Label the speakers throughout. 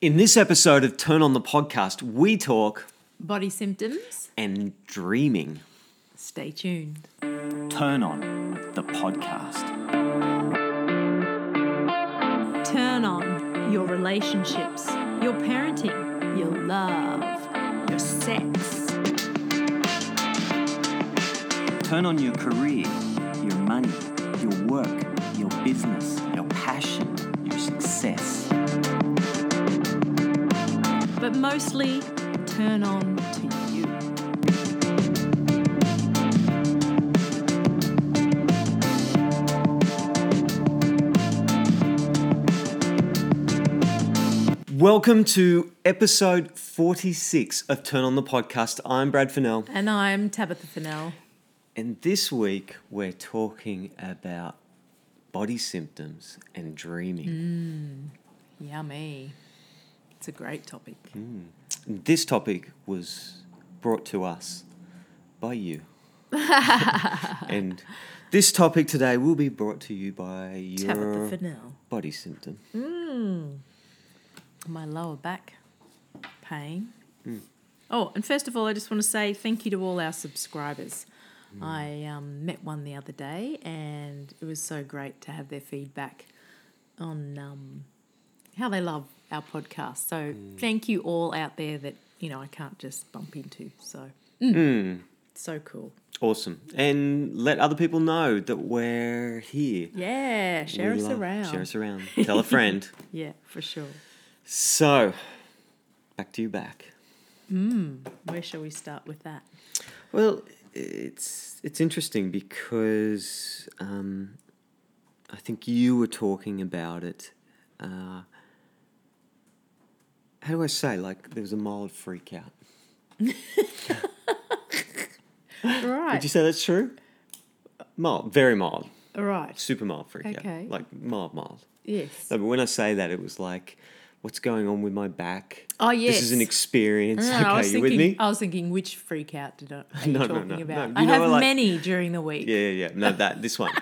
Speaker 1: In this episode of Turn On the Podcast, we talk
Speaker 2: Body symptoms?
Speaker 1: and dreaming.
Speaker 2: Stay tuned.
Speaker 1: Turn On the Podcast.
Speaker 2: Turn on your relationships, your parenting, your love, your sex.
Speaker 1: Turn on your career, your money, your work, your business, your passion, your success.
Speaker 2: But mostly, turn on to you.
Speaker 1: Welcome to episode 46 of Turn On the Podcast. I'm Brad Fennell,
Speaker 2: And I'm Tabitha Fennell.
Speaker 1: and this week we're talking about body symptoms and dreaming.
Speaker 2: Yummy. It's a great topic.
Speaker 1: This topic was brought to us by you. and this topic today will be brought to you by your
Speaker 2: Tabitha Fennell.
Speaker 1: body symptom.
Speaker 2: My lower back pain.
Speaker 1: Hmm.
Speaker 2: Oh, and first of all, I just want to say thank you to all our subscribers.
Speaker 1: Hmm.
Speaker 2: I um, met one the other day, and it was so great to have their feedback on um, how they love our podcast. So
Speaker 1: Hmm.
Speaker 2: thank you all out there that you know I can't just bump into. So
Speaker 1: Hmm.
Speaker 2: mm. so cool.
Speaker 1: Awesome. And let other people know that we're here.
Speaker 2: Yeah, share
Speaker 1: We
Speaker 2: us
Speaker 1: love-
Speaker 2: around.
Speaker 1: Share us around. Tell a friend.
Speaker 2: Yeah, for sure.
Speaker 1: So, back to you back.
Speaker 2: Where shall we start with that?
Speaker 1: Well, it's it's interesting because um, I think you were talking about it. Uh, how do I say? Like there was a mild freak out. Would
Speaker 2: Right,
Speaker 1: you say that's true? Mild, very mild,
Speaker 2: right.
Speaker 1: super mild freak
Speaker 2: Okay.
Speaker 1: out. Like mild, mild.
Speaker 2: Yes.
Speaker 1: No, but when I say that, it was like, what's going on with my back?
Speaker 2: Oh,
Speaker 1: This is an
Speaker 2: yes.
Speaker 1: experience.
Speaker 2: No,
Speaker 1: okay,
Speaker 2: I was
Speaker 1: you
Speaker 2: thinking, oh.
Speaker 1: with me?
Speaker 2: I was thinking, which freak out did I, are you
Speaker 1: No, no,
Speaker 2: talking
Speaker 1: no, no.
Speaker 2: about?
Speaker 1: You
Speaker 2: I
Speaker 1: know,
Speaker 2: have
Speaker 1: like-
Speaker 2: many during the week.
Speaker 1: Yeah, yeah, yeah. No, that this one,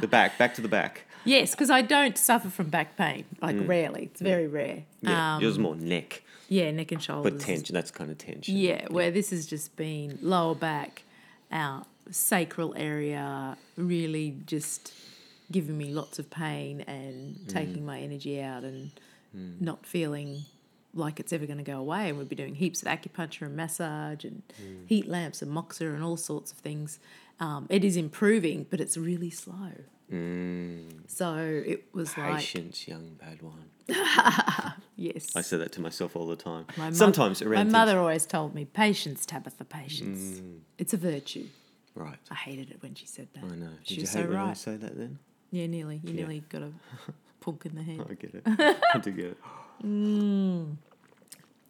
Speaker 1: the back, back to the back.
Speaker 2: Yes, because I don't suffer from back pain, like rarely. It's very rare.
Speaker 1: Mm. Yeah,
Speaker 2: Um,
Speaker 1: yours more neck.
Speaker 2: yeah, neck and shoulders.
Speaker 1: But tension, that's kind of tension.
Speaker 2: Yeah, where this has just been lower back, our sacral area, really just giving me lots of pain and taking my energy out and not feeling like it's ever going to go away. And we've been doing heaps of acupuncture and massage and heat lamps and moxa and all sorts of things. Um, it is improving, but it's really slow. So it was like,
Speaker 1: Mm. Patience, young bad one.
Speaker 2: yes.
Speaker 1: I say that to myself all the time.
Speaker 2: My mo-
Speaker 1: Sometimes
Speaker 2: My
Speaker 1: around
Speaker 2: mother always told me, patience, Tabitha, patience. It's a virtue.
Speaker 1: things. Right.
Speaker 2: I hated it when she said that.
Speaker 1: I know. Did
Speaker 2: She
Speaker 1: you
Speaker 2: was
Speaker 1: hate
Speaker 2: so
Speaker 1: when I
Speaker 2: right.
Speaker 1: say that then?
Speaker 2: Yeah, nearly. You nearly got a punk in the head.
Speaker 1: I get it. I do get it.
Speaker 2: Mm.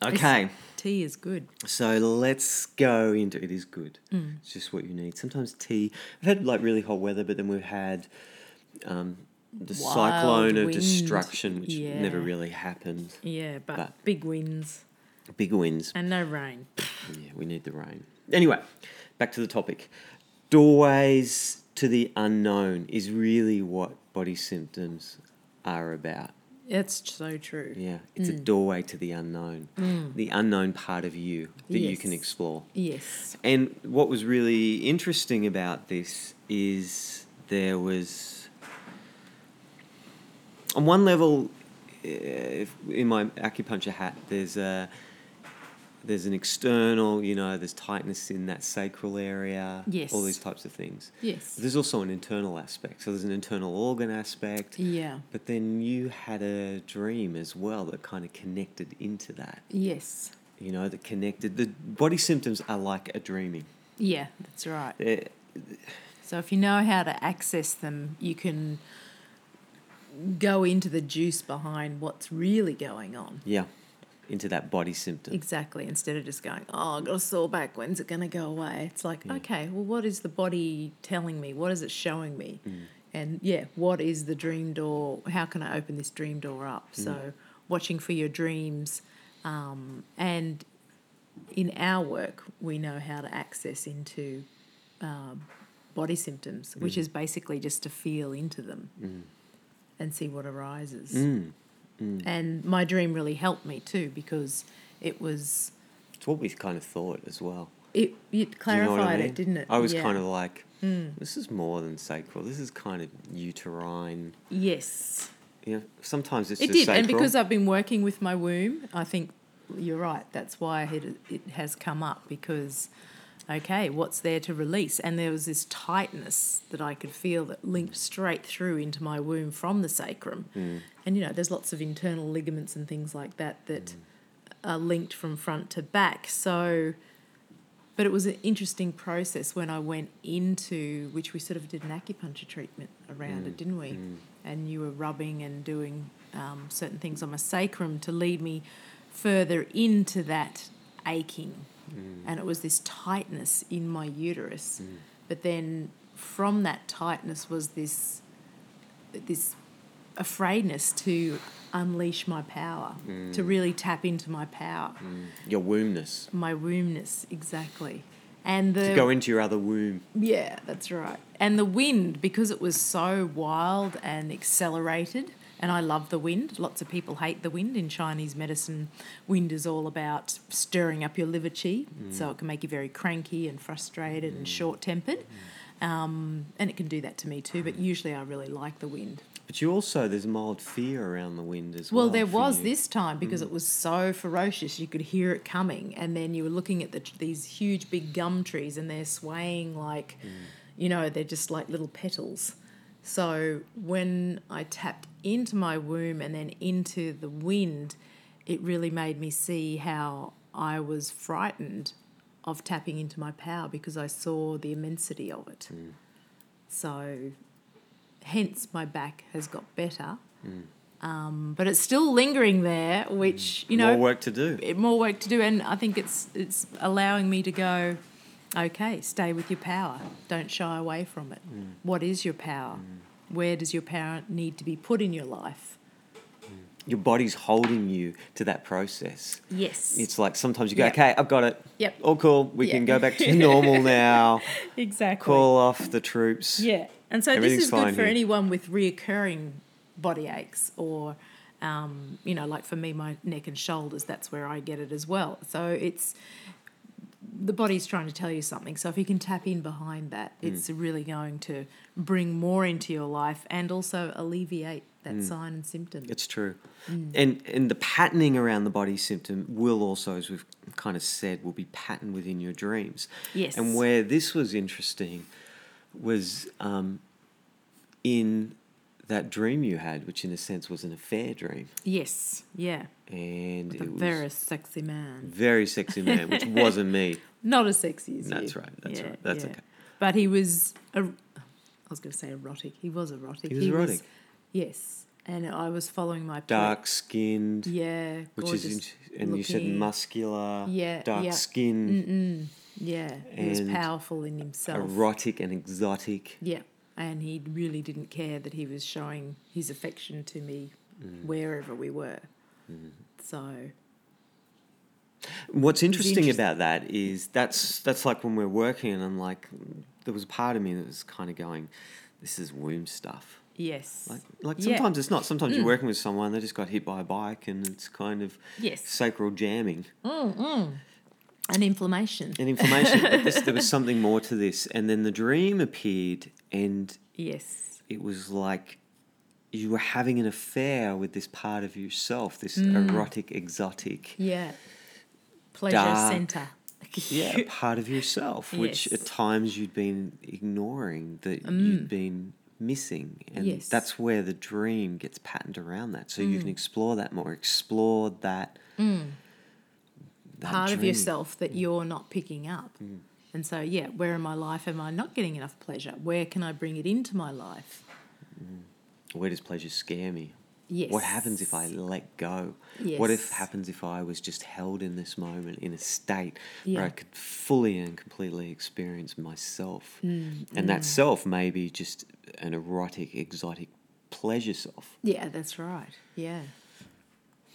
Speaker 1: Okay,
Speaker 2: Tea is good.
Speaker 1: so let's go into it. Is good.
Speaker 2: Mm.
Speaker 1: It's just what you need. Sometimes tea. I've had like really hot weather, but then we've had um, the
Speaker 2: Wild
Speaker 1: cyclone of
Speaker 2: wind.
Speaker 1: destruction, which
Speaker 2: Yeah.
Speaker 1: never really happened.
Speaker 2: Yeah, but,
Speaker 1: But-
Speaker 2: big winds
Speaker 1: Big winds.
Speaker 2: and no rain.
Speaker 1: Yeah, we need the rain. Anyway, back to the topic. Doorways to the unknown is really what body symptoms are about.
Speaker 2: It's so true.
Speaker 1: Yeah, it's a doorway to the unknown, the unknown part of you that you can
Speaker 2: Yes.
Speaker 1: explore.
Speaker 2: Yes.
Speaker 1: And what was really interesting about this is there was, on one level, eh, if, in my acupuncture hat, there's a there's an external, you know, there's tightness in that sacral area,
Speaker 2: Yes.
Speaker 1: all these types of things.
Speaker 2: Yes.
Speaker 1: There's also an internal aspect. So there's an internal organ aspect.
Speaker 2: Yeah.
Speaker 1: But then you had a dream as well that kind of connected into that,
Speaker 2: Yes.
Speaker 1: you know, that connected. The body symptoms are like a dreaming.
Speaker 2: Yeah, that's right.
Speaker 1: They're-
Speaker 2: So if you know how to access them, you can go into the juice behind what's really going on.
Speaker 1: yeah, into that body symptom.
Speaker 2: Exactly. Instead of just going, oh, I've got a sore back. When's it going to go away? It's like, okay, well, what is the body telling me? What is it showing me? And yeah, what is the dream door? How can I open this dream door up? So, watching for your dreams. Um, and in our work, we know how to access into um, body symptoms, which is basically just to feel into them and see what arises. And my dream really helped me too because it was
Speaker 1: It's what we kind of thought as well.
Speaker 2: it it
Speaker 1: Do you know
Speaker 2: clarified
Speaker 1: what I mean?
Speaker 2: it, didn't it?
Speaker 1: I was
Speaker 2: Yeah. Hmm.
Speaker 1: kind of like, this is more than sacral. This is kind of uterine.
Speaker 2: yes.
Speaker 1: You know, sometimes it's
Speaker 2: It
Speaker 1: just
Speaker 2: did,
Speaker 1: sacral.
Speaker 2: and because I've been working with my womb, I think you're right. That's why it, it has come up because, okay, what's there to release? And there was this tightness that I could feel that linked straight through into my womb from the sacrum.
Speaker 1: Hmm.
Speaker 2: And you know, there's lots of internal ligaments and things like that that
Speaker 1: Hmm.
Speaker 2: are linked from front to back. So, but it was an interesting process when I went into which we sort of did an acupuncture treatment around it, didn't we? And you were rubbing and doing um, certain things on my sacrum to lead me further into that aching, and it was this tightness in my uterus. But then from that tightness was this this afraidness to unleash my power, to really tap into my power
Speaker 1: your wombness
Speaker 2: my wombness exactly and the
Speaker 1: to go into your other womb.
Speaker 2: yeah that's right and the wind because it was so wild and accelerated and i love the wind lots of people hate the wind in chinese medicine wind is all about stirring up your liver qi
Speaker 1: Mm.
Speaker 2: so it can make you very cranky and frustrated and short-tempered
Speaker 1: Mm.
Speaker 2: um, and it can do that to me too but usually i really like the wind
Speaker 1: But you also there's mild fear around the wind as well.
Speaker 2: well, there
Speaker 1: for
Speaker 2: was
Speaker 1: you. Hmm.
Speaker 2: this time because it was so ferocious, you could hear it coming, and then you were looking at the, these huge big gum trees, and they're swaying like,
Speaker 1: Hmm.
Speaker 2: you know, they're just like little petals. So when I tapped into my womb and then into the wind, it really made me see how I was frightened of tapping into my power because I saw the immensity of
Speaker 1: Hmm.
Speaker 2: it. So, hence my back has got better. Um, but it's still lingering there, which you know
Speaker 1: Mm. more work to do.
Speaker 2: it- more work to do, and I think it's it's allowing me to go. Okay, stay with your power. Don't shy away from it.
Speaker 1: Mm.
Speaker 2: What is your power? Where does your power need to be put in your life?
Speaker 1: Your body's holding you to that process.
Speaker 2: Yes,
Speaker 1: It's like sometimes you go,
Speaker 2: Yep.
Speaker 1: okay, I've got it.
Speaker 2: Yep.
Speaker 1: All cool. We
Speaker 2: Yeah.
Speaker 1: can go back to normal now.
Speaker 2: exactly.
Speaker 1: Call off the troops.
Speaker 2: Yeah, and so this
Speaker 1: Everything's
Speaker 2: is good
Speaker 1: fine
Speaker 2: for
Speaker 1: here.
Speaker 2: anyone with reoccurring body aches or, um, you know, like for me, my neck and shoulders. That's where I get it as well. So it's the body's trying to tell you something. So if you can tap in behind that,
Speaker 1: Hmm.
Speaker 2: it's really going to bring more into your life and also alleviate that
Speaker 1: Hmm.
Speaker 2: sign and symptom.
Speaker 1: It's true.
Speaker 2: Mm.
Speaker 1: And and the patterning around the body symptom will also, as we've kind of said, will be patterned within your dreams.
Speaker 2: Yes.
Speaker 1: And where this was interesting was um, in that dream you had, which in a sense was an affair dream.
Speaker 2: yes, yeah,
Speaker 1: And
Speaker 2: the
Speaker 1: it was
Speaker 2: very sexy man.
Speaker 1: very sexy man, which wasn't me.
Speaker 2: Not as sexy as
Speaker 1: That's
Speaker 2: you.
Speaker 1: right, that's right, that's okay.
Speaker 2: But he was, er- I was going to say erotic. He was erotic.
Speaker 1: He was erotic.
Speaker 2: yes, and I was following my pla-
Speaker 1: Dark skinned,
Speaker 2: Yeah,
Speaker 1: which is,
Speaker 2: Mm, gorgeous
Speaker 1: int- and you said
Speaker 2: looking.
Speaker 1: muscular,
Speaker 2: Yeah, Mm,
Speaker 1: dark
Speaker 2: yeah.
Speaker 1: skinned,
Speaker 2: Yeah, he was
Speaker 1: and
Speaker 2: powerful in himself.
Speaker 1: erotic and exotic.
Speaker 2: Yeah, and he really didn't care that he was showing his affection to me
Speaker 1: Mm.
Speaker 2: wherever we were.
Speaker 1: Mm-hmm.
Speaker 2: So
Speaker 1: What's interesting,
Speaker 2: interesting.
Speaker 1: about that is that's that's like when we're working and I'm like there was a part of me that was kind of going, This is womb stuff.
Speaker 2: yes,
Speaker 1: Like like
Speaker 2: Yeah. Mm.
Speaker 1: sometimes it's not. Sometimes you're working with someone, they just got hit by a bike and it's kind of
Speaker 2: Yes.
Speaker 1: sacral jamming
Speaker 2: an inflammation.
Speaker 1: and information. but this, there was something more to this. And then the dream appeared and
Speaker 2: Yes,
Speaker 1: it was like you were having an affair with this part of yourself, this
Speaker 2: Mm.
Speaker 1: erotic, exotic
Speaker 2: yeah, pleasure
Speaker 1: Dark.
Speaker 2: center.
Speaker 1: yeah, part of yourself, which
Speaker 2: Yes. Mm.
Speaker 1: at times you'd been ignoring, that you'd been missing. And
Speaker 2: Yes. Mm.
Speaker 1: that's where the dream gets patterned around that. So you can explore that more, explore that. that
Speaker 2: part of
Speaker 1: dream. Mm.
Speaker 2: yourself that you're not picking up. And so, yeah, where in my life am I not getting enough pleasure? Where can I bring it into my life?
Speaker 1: Where does pleasure scare me?
Speaker 2: Yes.
Speaker 1: What happens if I let go? What if
Speaker 2: Yes.
Speaker 1: happens if I was just held in this moment in a state where
Speaker 2: Yeah.
Speaker 1: I could fully and completely experience myself?
Speaker 2: Mm,
Speaker 1: and that self may be just an erotic, exotic pleasure self.
Speaker 2: Yeah, that's right. Yeah.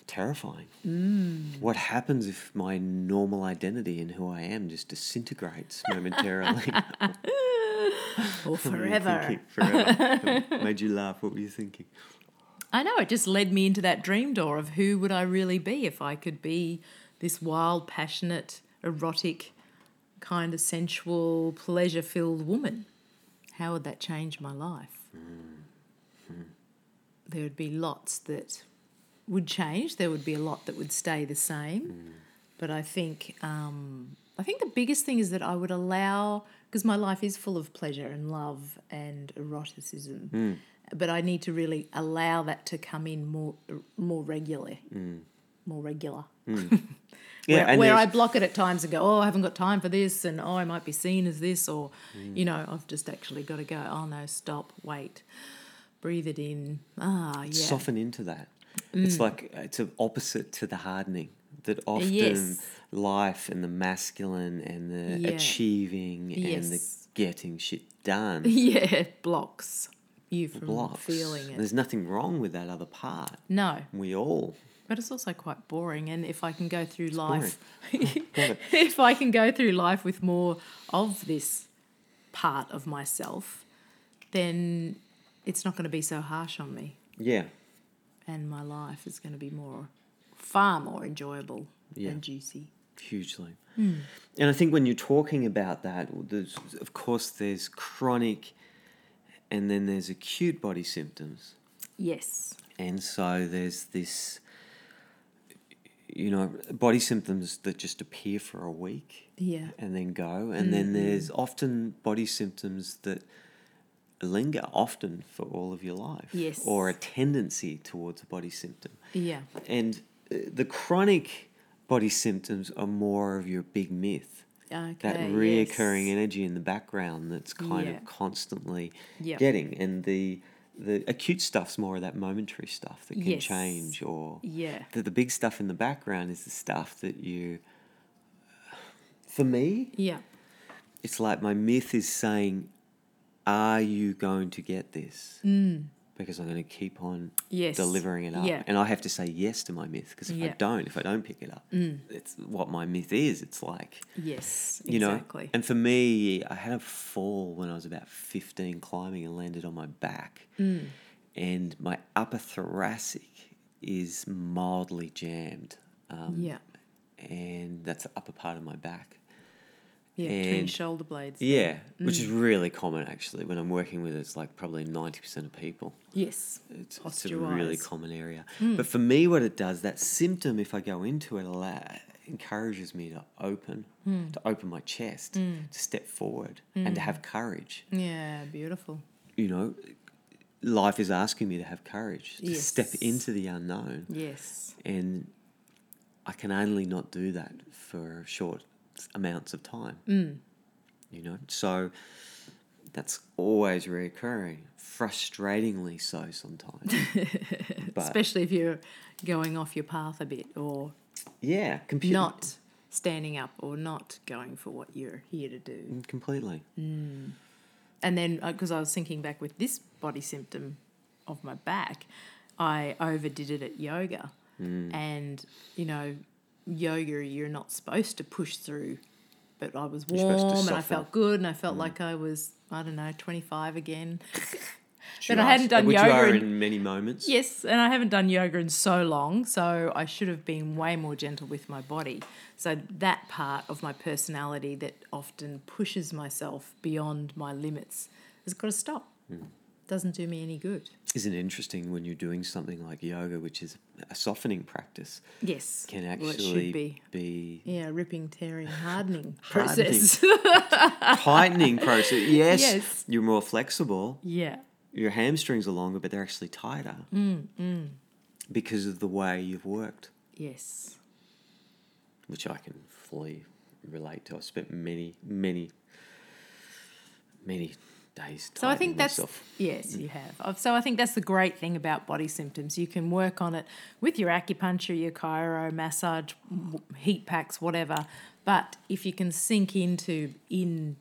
Speaker 1: terrifying.
Speaker 2: Mm.
Speaker 1: What happens if my normal identity and who I am just disintegrates momentarily?
Speaker 2: Or
Speaker 1: What were you
Speaker 2: forever.
Speaker 1: thinking? Forever. Made you laugh. What were you thinking?
Speaker 2: I know it just led me into that dream door of who would I really be if I could be this wild, passionate, erotic, kind of sensual, pleasure-filled woman. How would that change my life? There would be lots that would change. There would be a lot that would stay the same. But I think um, I think the biggest thing is that I would allow because my life is full of pleasure and love and eroticism.
Speaker 1: Hmm.
Speaker 2: But I need to really allow that to come in more more regularly, more regular.
Speaker 1: Hmm. Yeah,
Speaker 2: where
Speaker 1: and
Speaker 2: where I
Speaker 1: there's-
Speaker 2: block it at times and go, oh, I haven't got time for this, and oh, I might be seen as this, or
Speaker 1: Hmm.
Speaker 2: you know, I've just actually got to go. Oh no, stop, wait, breathe it in. Ah, yeah, Mm.
Speaker 1: soften into that. It's like it's an opposite to the hardening that often
Speaker 2: Uh, Yes.
Speaker 1: life and the masculine and the
Speaker 2: Yeah.
Speaker 1: achieving and the
Speaker 2: Yes.
Speaker 1: getting shit done
Speaker 2: yeah, it blocks you from
Speaker 1: blocks.
Speaker 2: feeling it.
Speaker 1: There's nothing wrong with that other part.
Speaker 2: No,
Speaker 1: We all
Speaker 2: but it's also quite boring. And if I can go through life, if I can go through life with more of this part of myself, then it's not going to be so harsh on me.
Speaker 1: yeah.
Speaker 2: and my life is going to be more, far more enjoyable
Speaker 1: Yeah.
Speaker 2: and juicy.
Speaker 1: hugely. And I think when you're talking about that, there's, of course, there's chronic and then there's acute body symptoms.
Speaker 2: Yes.
Speaker 1: And so there's this, you know, body symptoms that just appear for a week
Speaker 2: Yeah.
Speaker 1: and then go. And then there's often body symptoms that linger often for all of your life
Speaker 2: Yes.
Speaker 1: or a tendency towards a body symptom.
Speaker 2: Yeah.
Speaker 1: And uh, the chronic body symptoms are more of your big myth.
Speaker 2: Okay.
Speaker 1: That reoccurring
Speaker 2: Uh, yes.
Speaker 1: energy in the background that's kind
Speaker 2: Yeah.
Speaker 1: of constantly
Speaker 2: Yep.
Speaker 1: getting, and the the acute stuff's more of that momentary stuff that can
Speaker 2: Yes.
Speaker 1: change, or
Speaker 2: Yeah.
Speaker 1: the, the big stuff in the background is the stuff that you. For me,
Speaker 2: Yeah.
Speaker 1: it's like my myth is saying, "Are you going to get this?"
Speaker 2: Mm.
Speaker 1: Because I'm going to keep on
Speaker 2: Yes.
Speaker 1: delivering it up,
Speaker 2: Yeah.
Speaker 1: and I have to say yes to my myth. Because if I
Speaker 2: Yeah. Mm.
Speaker 1: don't, if I don't pick it up, it's what my myth is. It's like
Speaker 2: yes.
Speaker 1: you
Speaker 2: exactly.
Speaker 1: know. And for me, I had a fall when I was about 15 climbing and landed on my back,
Speaker 2: Mm.
Speaker 1: and my upper thoracic is mildly jammed, um,
Speaker 2: yeah.
Speaker 1: and that's the upper part of my back.
Speaker 2: Yeah. Between
Speaker 1: and-
Speaker 2: shoulder blades.
Speaker 1: Yeah, which
Speaker 2: Mm.
Speaker 1: is really common actually. When I'm working with it, it's like probably 90% of people.
Speaker 2: Yes.
Speaker 1: It's, it's a really
Speaker 2: Osteitis.
Speaker 1: common area. But for me, what it does, that symptom, if I go into it, allow, encourages me to open, to open my chest, to step forward, and to have courage.
Speaker 2: Yeah. Beautiful.
Speaker 1: You know, life is asking me to have courage, to step
Speaker 2: Yes.
Speaker 1: into the unknown.
Speaker 2: Yes.
Speaker 1: And I can only not do that for short amounts of time. You know, so that's always reoccurring, frustratingly so sometimes. but
Speaker 2: Especially if you're going off your path a bit or
Speaker 1: yeah, compu-
Speaker 2: not standing up or not going for what you're here to do.
Speaker 1: mm, completely.
Speaker 2: and then because I was thinking back with this body symptom of my back, I overdid it at yoga,
Speaker 1: Mm.
Speaker 2: and you know, yoga you're not supposed to push through, but I was
Speaker 1: You're supposed to Mm.
Speaker 2: warm and I
Speaker 1: soften.
Speaker 2: felt good and I felt like I was I don't know 25 again.
Speaker 1: Which
Speaker 2: But
Speaker 1: you
Speaker 2: I
Speaker 1: are-
Speaker 2: hadn't done
Speaker 1: which you
Speaker 2: yoga
Speaker 1: are
Speaker 2: in-
Speaker 1: in many moments.
Speaker 2: Yes, and I haven't done yoga in so long, so I should have been way more gentle with my body. So that part of my personality that often pushes myself beyond my limits has got to stop.
Speaker 1: Hmm.
Speaker 2: Doesn't do me any good.
Speaker 1: Isn't it interesting when you're doing something like yoga, which is a softening practice,
Speaker 2: Yes,
Speaker 1: can
Speaker 2: well, it
Speaker 1: actually
Speaker 2: should be
Speaker 1: be
Speaker 2: yeah, ripping, tearing, hardening
Speaker 1: Hardening.
Speaker 2: process.
Speaker 1: tightening process. Yes,
Speaker 2: Yes.
Speaker 1: you're more flexible.
Speaker 2: yeah,
Speaker 1: Your hamstrings are longer, but they're actually tighter
Speaker 2: Mm,
Speaker 1: because of the way you've worked,
Speaker 2: yes,
Speaker 1: which I can fully relate to. I spent many, many, many days.
Speaker 2: So I think
Speaker 1: tightening
Speaker 2: that's
Speaker 1: myself.
Speaker 2: yes, you have. Uh, So I think that's the great thing about body symptoms. You can work on it with your acupuncture, your chiro, massage, w- heat packs, whatever. But if you can sink into in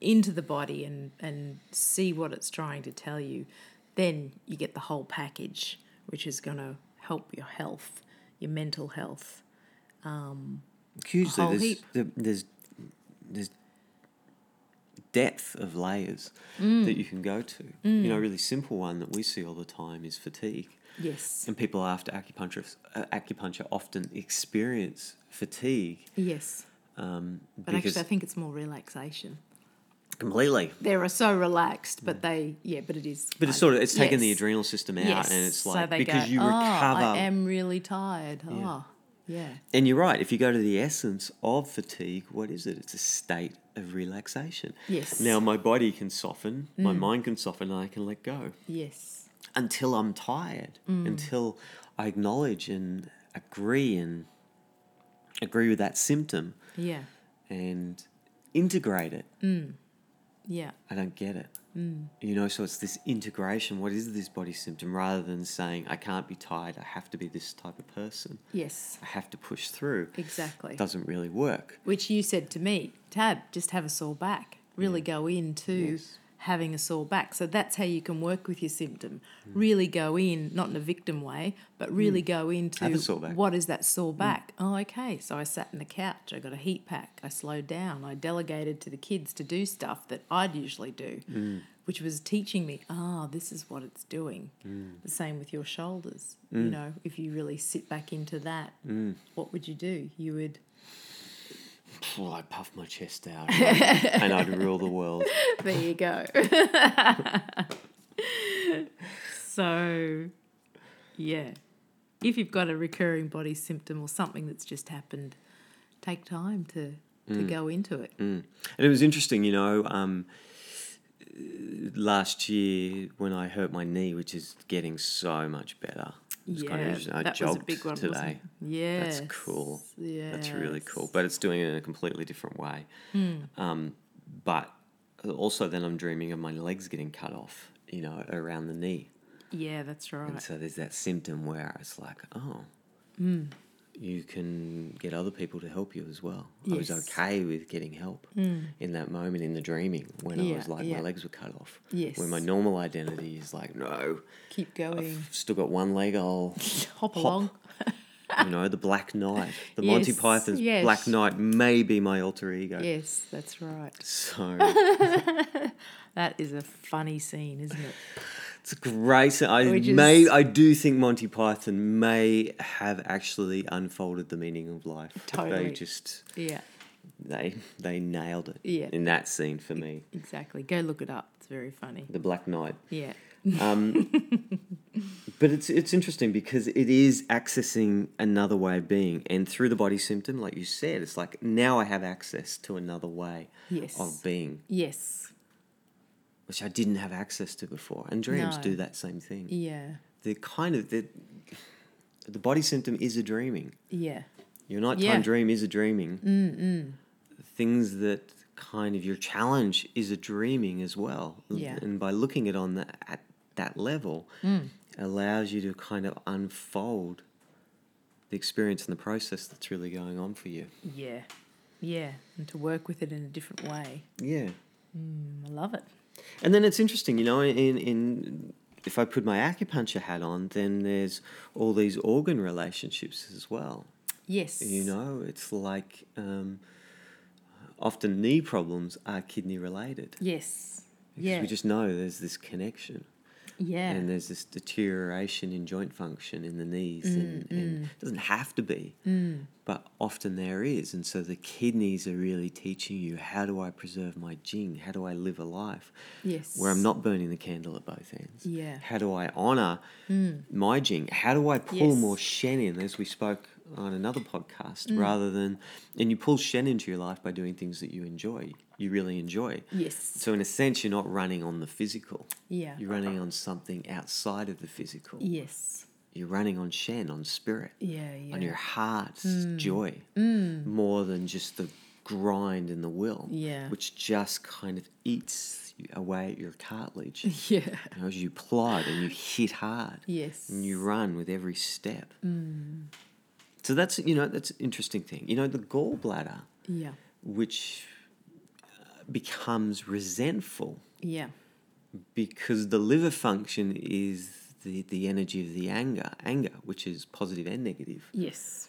Speaker 2: into the body and and see what it's trying to tell you, then you get the whole package, which is going to help your health, your mental health.
Speaker 1: hugely.
Speaker 2: whole
Speaker 1: there's,
Speaker 2: heap.
Speaker 1: the- there's there's depth of
Speaker 2: Mm.
Speaker 1: layers that you can go to. You know, a really simple one that we see all the time is fatigue.
Speaker 2: Yes.
Speaker 1: And people after acupuncture, uh, acupuncture often experience fatigue
Speaker 2: Yes.
Speaker 1: um,
Speaker 2: But
Speaker 1: because
Speaker 2: actually, I think it's more relaxation.
Speaker 1: completely.
Speaker 2: They are so relaxed, but they, yeah, but it is.
Speaker 1: Mm. But it's sort of it's taken the
Speaker 2: Yes.
Speaker 1: adrenal system out,
Speaker 2: Yes.
Speaker 1: and it's
Speaker 2: So
Speaker 1: like
Speaker 2: they
Speaker 1: because
Speaker 2: go,
Speaker 1: you
Speaker 2: "Oh,
Speaker 1: recover.
Speaker 2: I am really tired. Oh, yeah.
Speaker 1: And you're right. If you go to the essence of fatigue, what is it? It's a state of relaxation.
Speaker 2: Yes. Mm.
Speaker 1: Now my body can soften, my mind can soften, and I can let go
Speaker 2: Yes.
Speaker 1: until I'm tired, until I acknowledge and agree and agree with that symptom
Speaker 2: Yeah.
Speaker 1: and integrate it.
Speaker 2: Yeah.
Speaker 1: I don't get it. You know, so it's this integration. What is this body symptom? Rather than saying I can't be tired, I have to be this type of person.
Speaker 2: Yes.
Speaker 1: I have to push through.
Speaker 2: Exactly.
Speaker 1: Doesn't really work.
Speaker 2: Which you said to me, Tab, just have a sore back. Really go into
Speaker 1: Yes.
Speaker 2: having a sore back. So that's how you can work with your symptom.
Speaker 1: Hmm.
Speaker 2: Really go in, not in a victim way, but really go
Speaker 1: Have a
Speaker 2: into
Speaker 1: sore back. Hmm.
Speaker 2: what is that sore back? Oh, okay. So I sat on the couch, I got a heat pack, I slowed down, I delegated to the kids to do stuff that I'd usually do,
Speaker 1: Hmm.
Speaker 2: which was teaching me, ah, this is what it's doing.
Speaker 1: Hmm.
Speaker 2: The same with your shoulders. You know, if you really sit back into that,
Speaker 1: Hmm.
Speaker 2: what would you do? You would.
Speaker 1: Well, I'd puff my chest out and I'd rule the world.
Speaker 2: There you go. so, yeah. If you've got a recurring body symptom or something that's just happened, take time to, to
Speaker 1: Mm.
Speaker 2: go into it.
Speaker 1: And it was interesting, you know, um, last year when I hurt my knee, which is getting so much better. It was
Speaker 2: yeah,
Speaker 1: kind of interesting. I
Speaker 2: that was a
Speaker 1: jogged
Speaker 2: big one
Speaker 1: today.
Speaker 2: Wasn't yeah,
Speaker 1: That's cool. That's really cool. But it's doing it in a completely different way.
Speaker 2: Hmm.
Speaker 1: Um, but also, then I'm dreaming of my legs getting cut off, you know, around the knee.
Speaker 2: Yeah, that's
Speaker 1: And
Speaker 2: right.
Speaker 1: so there's that symptom where it's like, oh,
Speaker 2: Mm.
Speaker 1: you can get other people to help you as well. I
Speaker 2: Yes. Mm.
Speaker 1: was okay with getting help in that moment in the dreaming when I
Speaker 2: Yeah,
Speaker 1: was like,
Speaker 2: yeah.
Speaker 1: my legs were cut off.
Speaker 2: Yes.
Speaker 1: Where my normal identity is like, no,
Speaker 2: Keep going.
Speaker 1: I've still got one leg, I'll,
Speaker 2: Hop along.
Speaker 1: you know, the Black Knight. The Monty
Speaker 2: Yes,
Speaker 1: Python's
Speaker 2: yes.
Speaker 1: Black Knight may be my alter ego.
Speaker 2: Yes, that's right.
Speaker 1: So
Speaker 2: That is a funny scene, isn't it?
Speaker 1: it's great. So I
Speaker 2: Which
Speaker 1: may,
Speaker 2: is-
Speaker 1: I do think Monty Python may have actually unfolded the meaning of life. They
Speaker 2: Totally.
Speaker 1: just
Speaker 2: Yeah,
Speaker 1: they they nailed it
Speaker 2: Yeah.
Speaker 1: in that scene for me.
Speaker 2: exactly. Go look it up. It's very funny.
Speaker 1: The Black Knight.
Speaker 2: Yeah.
Speaker 1: But it's it's interesting because it is accessing another way of being, and through the body symptom, like you said, it's like now I have access to another way
Speaker 2: Yes.
Speaker 1: of being,
Speaker 2: Yes.
Speaker 1: which I didn't have access to before. And dreams
Speaker 2: No.
Speaker 1: do that same thing.
Speaker 2: Yeah.
Speaker 1: They're kind of the the body symptom is a dreaming.
Speaker 2: Yeah.
Speaker 1: Your nighttime
Speaker 2: Yeah. Mm,
Speaker 1: dream is a dreaming. Mm-mm. Things that kind of your challenge is a dreaming as well. L-
Speaker 2: Yeah. Mm.
Speaker 1: And by looking at on that at that level allows you to kind of unfold the experience and the process that's really going on for you.
Speaker 2: Yeah. Yeah. And to work with it in a different way.
Speaker 1: Yeah.
Speaker 2: I love it.
Speaker 1: And then it's interesting, you know, in in if I put my acupuncture hat on, then there's all these organ relationships as well.
Speaker 2: Yes.
Speaker 1: You know, it's like um, often knee problems are kidney related.
Speaker 2: Yes.
Speaker 1: Because
Speaker 2: Yeah.
Speaker 1: we just know there's this connection
Speaker 2: yeah.
Speaker 1: and there's this deterioration in joint function in the knees.
Speaker 2: Mm,
Speaker 1: and, and it doesn't have to be, but often there is. And so the kidneys are really teaching you how do I preserve my jing? How do I live a life
Speaker 2: yes.
Speaker 1: where I'm not burning the candle at both ends?
Speaker 2: Yeah. Hmm.
Speaker 1: How do I honor my jing? How do I pull
Speaker 2: Yes. Hmm.
Speaker 1: more Shen in, as we spoke on another podcast, rather than, and you pull Shen into your life by doing things that you enjoy, you really enjoy.
Speaker 2: Hmm. Yes.
Speaker 1: So, in a sense, you're not running on the physical,
Speaker 2: Yeah.
Speaker 1: you're running on something outside of the physical.
Speaker 2: Yes.
Speaker 1: You're running on Shen, on spirit,
Speaker 2: Yeah. Yeah. Hmm.
Speaker 1: on your heart's joy, more than just the grind and the will,
Speaker 2: Yeah.
Speaker 1: which just kind of eats away at your cartilage.
Speaker 2: yeah.
Speaker 1: You know, as you plod and you hit hard
Speaker 2: Yes.
Speaker 1: and you run with every step. So that's you know that's an interesting thing. You know the gallbladder,
Speaker 2: Yeah.
Speaker 1: which uh, becomes resentful
Speaker 2: Yeah.
Speaker 1: because the liver function is the, the energy of the anger, anger which is positive and negative.
Speaker 2: Yes.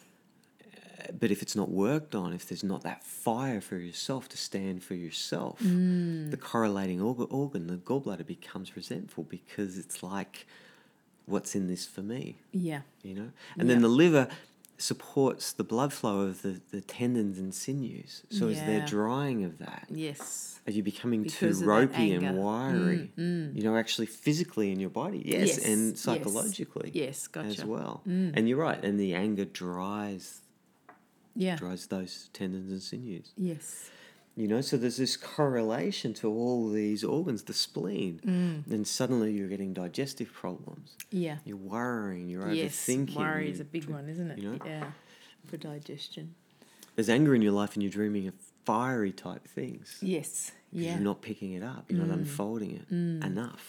Speaker 1: Uh, But if it's not worked on, if there's not that fire for yourself to stand for yourself,
Speaker 2: Mm.
Speaker 1: the correlating org- organ, the gallbladder, becomes resentful because it's like what's in this for me?
Speaker 2: Yeah.
Speaker 1: You know? And then
Speaker 2: Yeah.
Speaker 1: the liver supports the blood flow of the, the tendons and sinews. So is there
Speaker 2: Yeah.
Speaker 1: drying of that?
Speaker 2: Yes.
Speaker 1: Are you becoming
Speaker 2: Because
Speaker 1: too
Speaker 2: of that
Speaker 1: ropey and
Speaker 2: anger. Mm,
Speaker 1: wiry? You know, actually physically in your body, yes,
Speaker 2: Yes,
Speaker 1: and
Speaker 2: yes,
Speaker 1: psychologically
Speaker 2: Yes. Gotcha. Mm.
Speaker 1: as well. And you're right, and the anger dries
Speaker 2: Yeah.
Speaker 1: dries those tendons and sinews.
Speaker 2: Yes.
Speaker 1: You know, so there's this correlation to all these organs, the spleen,
Speaker 2: Mm.
Speaker 1: and suddenly you're getting digestive problems.
Speaker 2: Yeah.
Speaker 1: You're worrying, you're
Speaker 2: Yes.
Speaker 1: overthinking.
Speaker 2: Worry is
Speaker 1: you-
Speaker 2: a big one, isn't it?
Speaker 1: you know?
Speaker 2: Yeah. For digestion.
Speaker 1: There's anger in your life, and you're dreaming of fiery type things.
Speaker 2: Yes.
Speaker 1: 'cause
Speaker 2: Yeah. Mm.
Speaker 1: You're not picking it up. You're not unfolding it enough.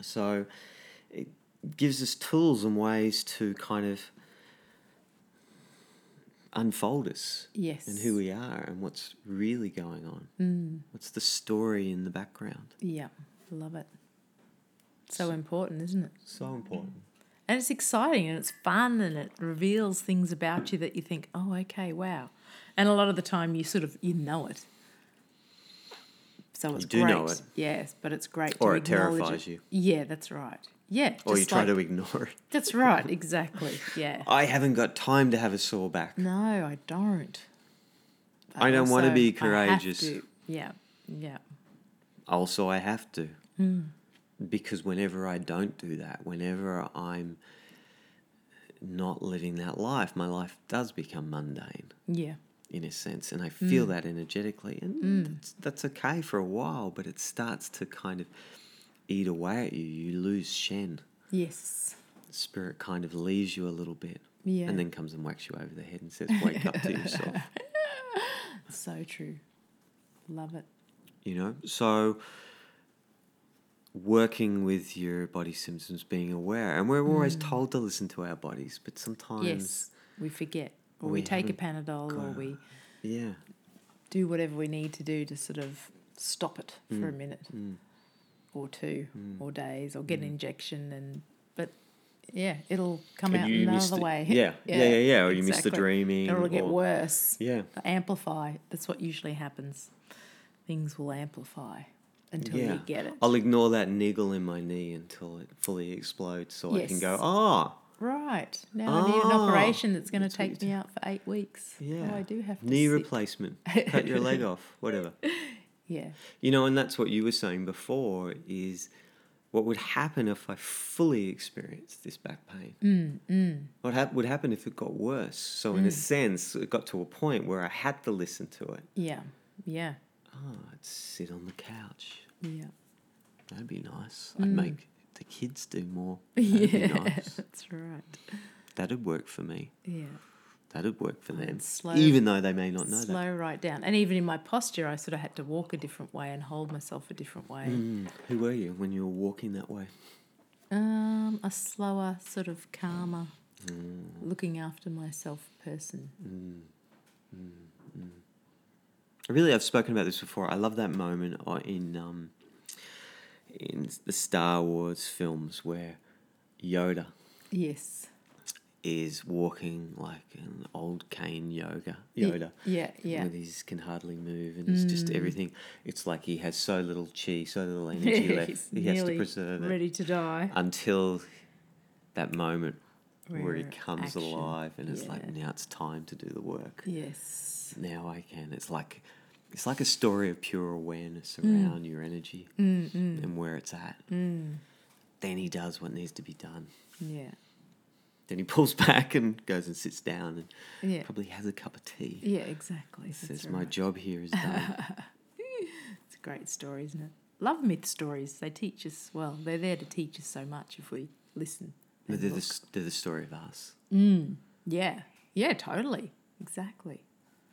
Speaker 1: So it gives us tools and ways to kind of unfold us
Speaker 2: yes.
Speaker 1: and who we are and what's really going on. Mm. What's the story in the background?
Speaker 2: Yeah. Love it. So important, isn't it?
Speaker 1: So important.
Speaker 2: And it's exciting and it's fun and it reveals things about you that you think, oh, okay, wow. And a lot of the time you sort of you know it. So it's
Speaker 1: do
Speaker 2: great.
Speaker 1: know it.
Speaker 2: Yes, but it's great
Speaker 1: Or
Speaker 2: to
Speaker 1: it
Speaker 2: acknowledge
Speaker 1: terrifies you.
Speaker 2: Yeah, that's right. Yeah.
Speaker 1: Or you
Speaker 2: just
Speaker 1: try
Speaker 2: like-
Speaker 1: to ignore it.
Speaker 2: That's right, exactly. Yeah.
Speaker 1: I haven't got time to have a sore back.
Speaker 2: No, I don't. But
Speaker 1: I don't wanna
Speaker 2: also,
Speaker 1: be
Speaker 2: I have
Speaker 1: courageous.
Speaker 2: to. Yeah. Yeah.
Speaker 1: Also, I have to.
Speaker 2: Mm.
Speaker 1: Because whenever I don't do that, whenever I'm not living that life, my life does become mundane
Speaker 2: Yeah.
Speaker 1: in a sense. And I
Speaker 2: Mm.
Speaker 1: feel that energetically. And that's, that's okay for a while, but it starts to kind of eat away at you. You lose Shen.
Speaker 2: Yes.
Speaker 1: spirit kind of leaves you a little bit.
Speaker 2: Yeah.
Speaker 1: And then comes and whacks you over the head and says, Wake up to yourself.
Speaker 2: So true. Love it.
Speaker 1: You know? So working with your body symptoms, being aware. And we're always told to listen to our bodies, but sometimes
Speaker 2: Mm. Yes. We forget. Or we,
Speaker 1: We
Speaker 2: take a Panadol or
Speaker 1: got-
Speaker 2: we
Speaker 1: Yeah.
Speaker 2: do whatever we need to do to sort of stop it for
Speaker 1: Mm.
Speaker 2: a minute or two or days or get
Speaker 1: Mm.
Speaker 2: an injection and but yeah, it'll come out another
Speaker 1: the,
Speaker 2: way.
Speaker 1: Yeah. Yeah, yeah, yeah. Or you miss the
Speaker 2: exactly.
Speaker 1: dreaming.
Speaker 2: It'll get
Speaker 1: or-
Speaker 2: worse.
Speaker 1: Yeah.
Speaker 2: Amplify. That's what usually happens. Things will amplify until
Speaker 1: Yeah. Oh.
Speaker 2: you get it.
Speaker 1: I'll ignore that niggle in my knee until it fully explodes so I can go,
Speaker 2: Yes. Oh,
Speaker 1: ah,
Speaker 2: right. Now I need an
Speaker 1: Ah,
Speaker 2: operation that's going to take me out for eight weeks.
Speaker 1: yeah.
Speaker 2: Oh, I do have to
Speaker 1: knee
Speaker 2: sit.
Speaker 1: replacement. Cut your leg off, whatever.
Speaker 2: Yeah.
Speaker 1: You know, and that's what you were saying before is what would happen if I fully experienced this back pain? Mm, What hap- would happen if it got worse? So, in a sense, it got to a point where I had to listen to it.
Speaker 2: Yeah. Yeah.
Speaker 1: Oh, I'd sit on the couch.
Speaker 2: Yeah.
Speaker 1: That'd be nice. I'd make the kids do more. That'd be nice.
Speaker 2: That's right.
Speaker 1: That'd work for me.
Speaker 2: Yeah.
Speaker 1: That'd work for them.
Speaker 2: slow-
Speaker 1: Even though they may not know
Speaker 2: slow right down. And even in my posture, I sort of had to walk a different way and hold myself a different way.
Speaker 1: that. Who were you when you were walking that way?
Speaker 2: Um, a slower, sort of calmer,
Speaker 1: Mm.
Speaker 2: looking after myself person.
Speaker 1: really I've spoken about this before. I love that moment uh, in um, in the Star Wars films where Yoda
Speaker 2: Yes.
Speaker 1: is walking like an old cane yoga
Speaker 2: Y-
Speaker 1: Yoda.
Speaker 2: Yeah, yeah. Mm.
Speaker 1: With his can hardly move and he's just everything. It's like he has so little chi, so little energy left.
Speaker 2: He's
Speaker 1: He has to
Speaker 2: nearly
Speaker 1: preserve it
Speaker 2: Ready to die.
Speaker 1: until that moment where, he
Speaker 2: Where
Speaker 1: comes
Speaker 2: action,
Speaker 1: alive and it's like
Speaker 2: yeah.
Speaker 1: now it's time to do the work
Speaker 2: Yes.
Speaker 1: now I can. It's like it's like a story of pure awareness
Speaker 2: Hmm.
Speaker 1: around your energy
Speaker 2: Mm,
Speaker 1: and where it's at. Then he does what needs to be done.
Speaker 2: Yeah.
Speaker 1: Then he pulls back and goes and sits down and
Speaker 2: Yeah.
Speaker 1: probably has a cup of tea.
Speaker 2: Yeah, exactly. That's
Speaker 1: Says,
Speaker 2: right.
Speaker 1: "My job here is done."
Speaker 2: It's a great story, isn't it? Love myth stories. They teach us, well, they're there to teach us so much if we listen.
Speaker 1: but
Speaker 2: and
Speaker 1: they're the,
Speaker 2: look.
Speaker 1: s- they're the story of us.
Speaker 2: Yeah. Mm. Yeah, totally. Exactly.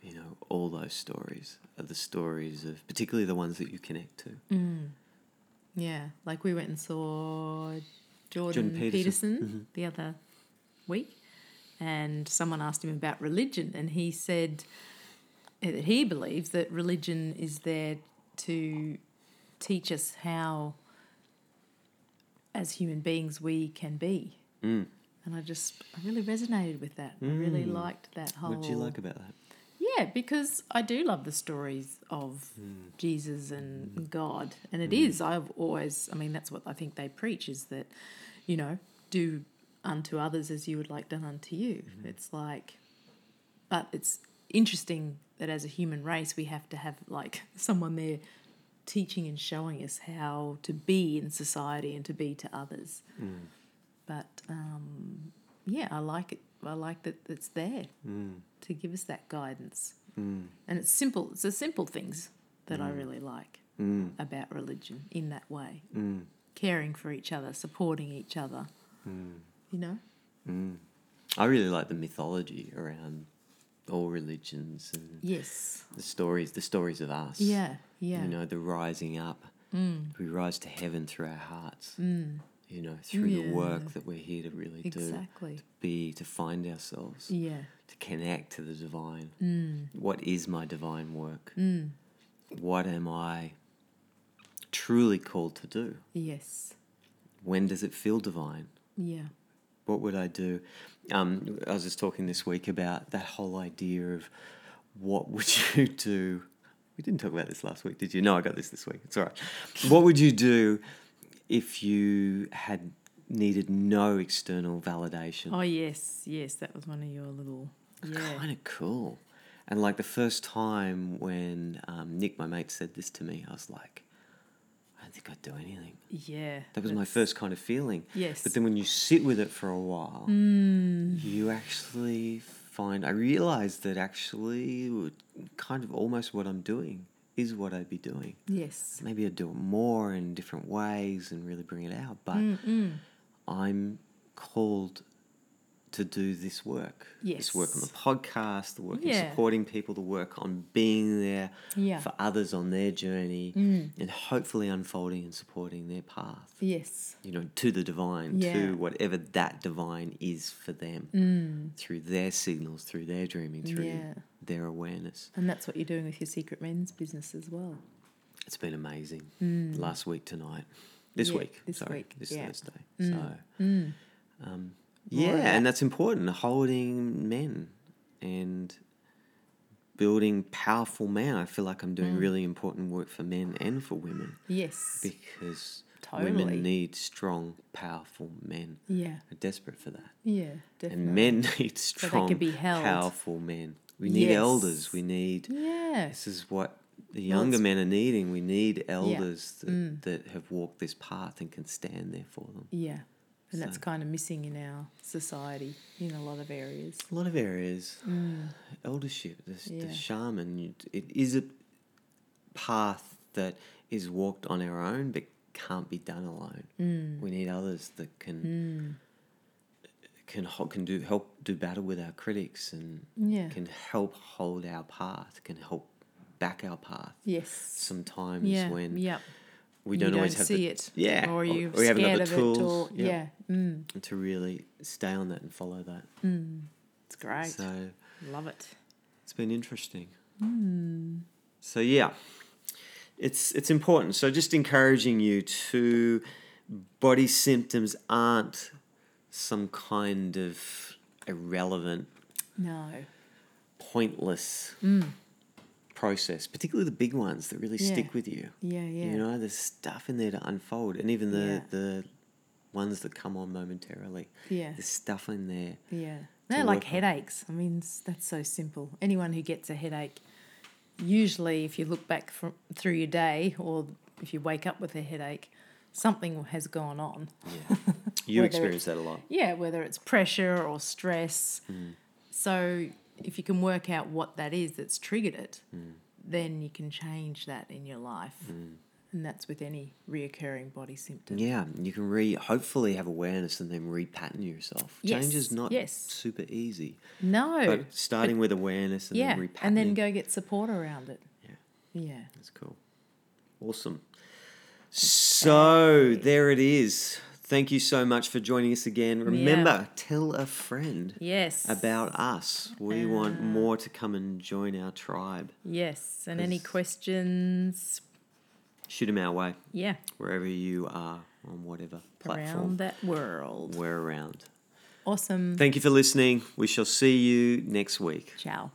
Speaker 1: You know, all those stories are the stories of, particularly the ones that you connect to.
Speaker 2: Yeah, like we went and saw
Speaker 1: Jordan
Speaker 2: Jordan, Peterson,
Speaker 1: Peterson. Mm-hmm.
Speaker 2: the other week, and someone asked him about religion, and he said that he believes that religion is there to teach us how, as human beings, we can be.
Speaker 1: Mm.
Speaker 2: And I just, I really resonated with that. I really liked that whole.
Speaker 1: What do Mm. you like about that?
Speaker 2: Yeah, because I do love the stories of Jesus and God, and it is. I've always, I mean, that's what I think they preach is that, you know, do unto others as you would like done unto you. It's like, but it's interesting that as a human race, we have to have like someone there teaching and showing us how to be in society and to be to others. But um, yeah, I like it. I like that it's there to give us that guidance.
Speaker 1: Mm.
Speaker 2: And it's simple. It's the simple things that I really like
Speaker 1: Mm.
Speaker 2: about religion in that way. Caring for each other, supporting each other.
Speaker 1: Mm.
Speaker 2: You know?
Speaker 1: I really like the mythology around all religions and
Speaker 2: Yes.
Speaker 1: the stories, the stories of us.
Speaker 2: Yeah. Yeah. Mm.
Speaker 1: You know, the rising up. We rise to heaven through our hearts. You know, through the
Speaker 2: Yeah.
Speaker 1: work that we're here to really do,
Speaker 2: exactly.
Speaker 1: be to find ourselves,
Speaker 2: Yeah. Mm.
Speaker 1: to connect to the divine. What is my divine work? What am I truly called to do?
Speaker 2: Yes.
Speaker 1: When does it feel divine?
Speaker 2: Yeah.
Speaker 1: what would I do? Um, I was just talking this week about that whole idea of what would you do? We didn't talk about this last week, did you? No, I got this this week. It's all right. What would you do if you had needed no external validation?
Speaker 2: Oh yes, yes, that was one of your little yeah.
Speaker 1: Kind of cool. And like the first time when um, Nick, my mate, said this to me, I was like, I don't think I'd do anything.
Speaker 2: Yeah.
Speaker 1: That was my
Speaker 2: that's-
Speaker 1: first kind of feeling.
Speaker 2: Yes. Mm.
Speaker 1: But then when you sit with it for a while, you actually find. I realized that actually, kind of almost what I'm doing is what I'd be doing.
Speaker 2: Yes.
Speaker 1: Maybe I'd do it more in different ways and really bring it out, but
Speaker 2: Mm,
Speaker 1: I'm called to do this work. This work on the
Speaker 2: Yes.
Speaker 1: podcast, the work in
Speaker 2: Yeah.
Speaker 1: supporting people, the work on being there
Speaker 2: Yeah. Mm.
Speaker 1: for others on their journey, and hopefully unfolding and supporting their path
Speaker 2: Yes.
Speaker 1: you know, to the divine,
Speaker 2: Yeah.
Speaker 1: to whatever that divine is for them,
Speaker 2: Mm.
Speaker 1: through their signals, through their dreaming, through
Speaker 2: Yeah.
Speaker 1: their awareness.
Speaker 2: And that's what you're doing with your secret men's business as well.
Speaker 1: It's been amazing. Last week, tonight, this
Speaker 2: Mm. Yeah,
Speaker 1: week,
Speaker 2: this
Speaker 1: sorry,
Speaker 2: week,
Speaker 1: this
Speaker 2: yeah.
Speaker 1: Thursday. So, um,
Speaker 2: More
Speaker 1: yeah,
Speaker 2: of that.
Speaker 1: and that's important. Holding men and building powerful men. I feel like I'm doing
Speaker 2: Mm.
Speaker 1: really important work for men and for women
Speaker 2: Yes.
Speaker 1: because
Speaker 2: Totally.
Speaker 1: women need strong, powerful men.
Speaker 2: Yeah.
Speaker 1: Are desperate for that.
Speaker 2: Yeah. Definitely.
Speaker 1: And men need
Speaker 2: they
Speaker 1: strong,
Speaker 2: can be held.
Speaker 1: powerful men. We need
Speaker 2: Yes.
Speaker 1: elders. We need.
Speaker 2: Yeah.
Speaker 1: This is what the younger
Speaker 2: it's-
Speaker 1: men are needing. We need elders that,
Speaker 2: Mm.
Speaker 1: that have walked this path and can stand there for them.
Speaker 2: Yeah. And that's kind of missing in our society in a lot of areas.
Speaker 1: A lot of areas, eldership, the,
Speaker 2: Mm. Yeah.
Speaker 1: the shaman, you- it is a path that is walked on our own but can't be done alone.
Speaker 2: Mm.
Speaker 1: We need others that can. Can, ho- can do help do battle with our critics and
Speaker 2: Yeah.
Speaker 1: can help hold our path, can help back our path.
Speaker 2: yes.
Speaker 1: Sometimes
Speaker 2: Yeah.
Speaker 1: when
Speaker 2: yeah.
Speaker 1: we don't
Speaker 2: you
Speaker 1: always
Speaker 2: don't
Speaker 1: have
Speaker 2: see
Speaker 1: the,
Speaker 2: it.
Speaker 1: yeah,
Speaker 2: Or you're
Speaker 1: we
Speaker 2: scared
Speaker 1: haven't got the
Speaker 2: of it. Or,
Speaker 1: tools,
Speaker 2: yeah. Mm,
Speaker 1: to really stay on that and follow that.
Speaker 2: it's great.
Speaker 1: So
Speaker 2: Love it.
Speaker 1: it's been interesting.
Speaker 2: Hmm.
Speaker 1: So yeah, it's it's important. So just encouraging you to body symptoms aren't some kind of irrelevant
Speaker 2: No.
Speaker 1: pointless process, particularly the big ones that really
Speaker 2: Hmm. Yeah.
Speaker 1: stick with you.
Speaker 2: Yeah, yeah.
Speaker 1: You know, there's stuff in there to unfold, and even the
Speaker 2: Yeah.
Speaker 1: the ones that come on momentarily.
Speaker 2: Yeah.
Speaker 1: There's stuff in there.
Speaker 2: Yeah.
Speaker 1: to
Speaker 2: No, like
Speaker 1: work on.
Speaker 2: headaches. I mean, s- that's so simple. Anyone who gets a headache, usually if you look back fr through your day or if you wake up with a headache, something has gone on.
Speaker 1: Yeah. You
Speaker 2: Whether
Speaker 1: experience that a lot.
Speaker 2: Yeah, whether it's pressure or stress.
Speaker 1: Hmm.
Speaker 2: So if you can work out what that is that's triggered it,
Speaker 1: Hmm.
Speaker 2: then you can change that in your life. And that's with any reoccurring body symptom.
Speaker 1: Yeah, you can re hopefully have awareness and then repattern yourself. Change
Speaker 2: Yes,
Speaker 1: is not
Speaker 2: yes.
Speaker 1: super easy,
Speaker 2: No.
Speaker 1: but starting with awareness and
Speaker 2: yeah.
Speaker 1: then repatterning.
Speaker 2: And then go get support around it.
Speaker 1: Yeah.
Speaker 2: Yeah.
Speaker 1: That's cool. Awesome. So there it is. Thank you so much for joining us again. Remember, tell a friend
Speaker 2: Yes.
Speaker 1: about us. We want more to come and join our tribe.
Speaker 2: Yes, and any
Speaker 1: 'Cause-
Speaker 2: questions?
Speaker 1: Shoot them our way,
Speaker 2: Yeah,
Speaker 1: wherever you are on whatever
Speaker 2: around
Speaker 1: platform
Speaker 2: that world.
Speaker 1: we're around.
Speaker 2: Awesome.
Speaker 1: Thank you for listening. We shall see you next week.
Speaker 2: Ciao.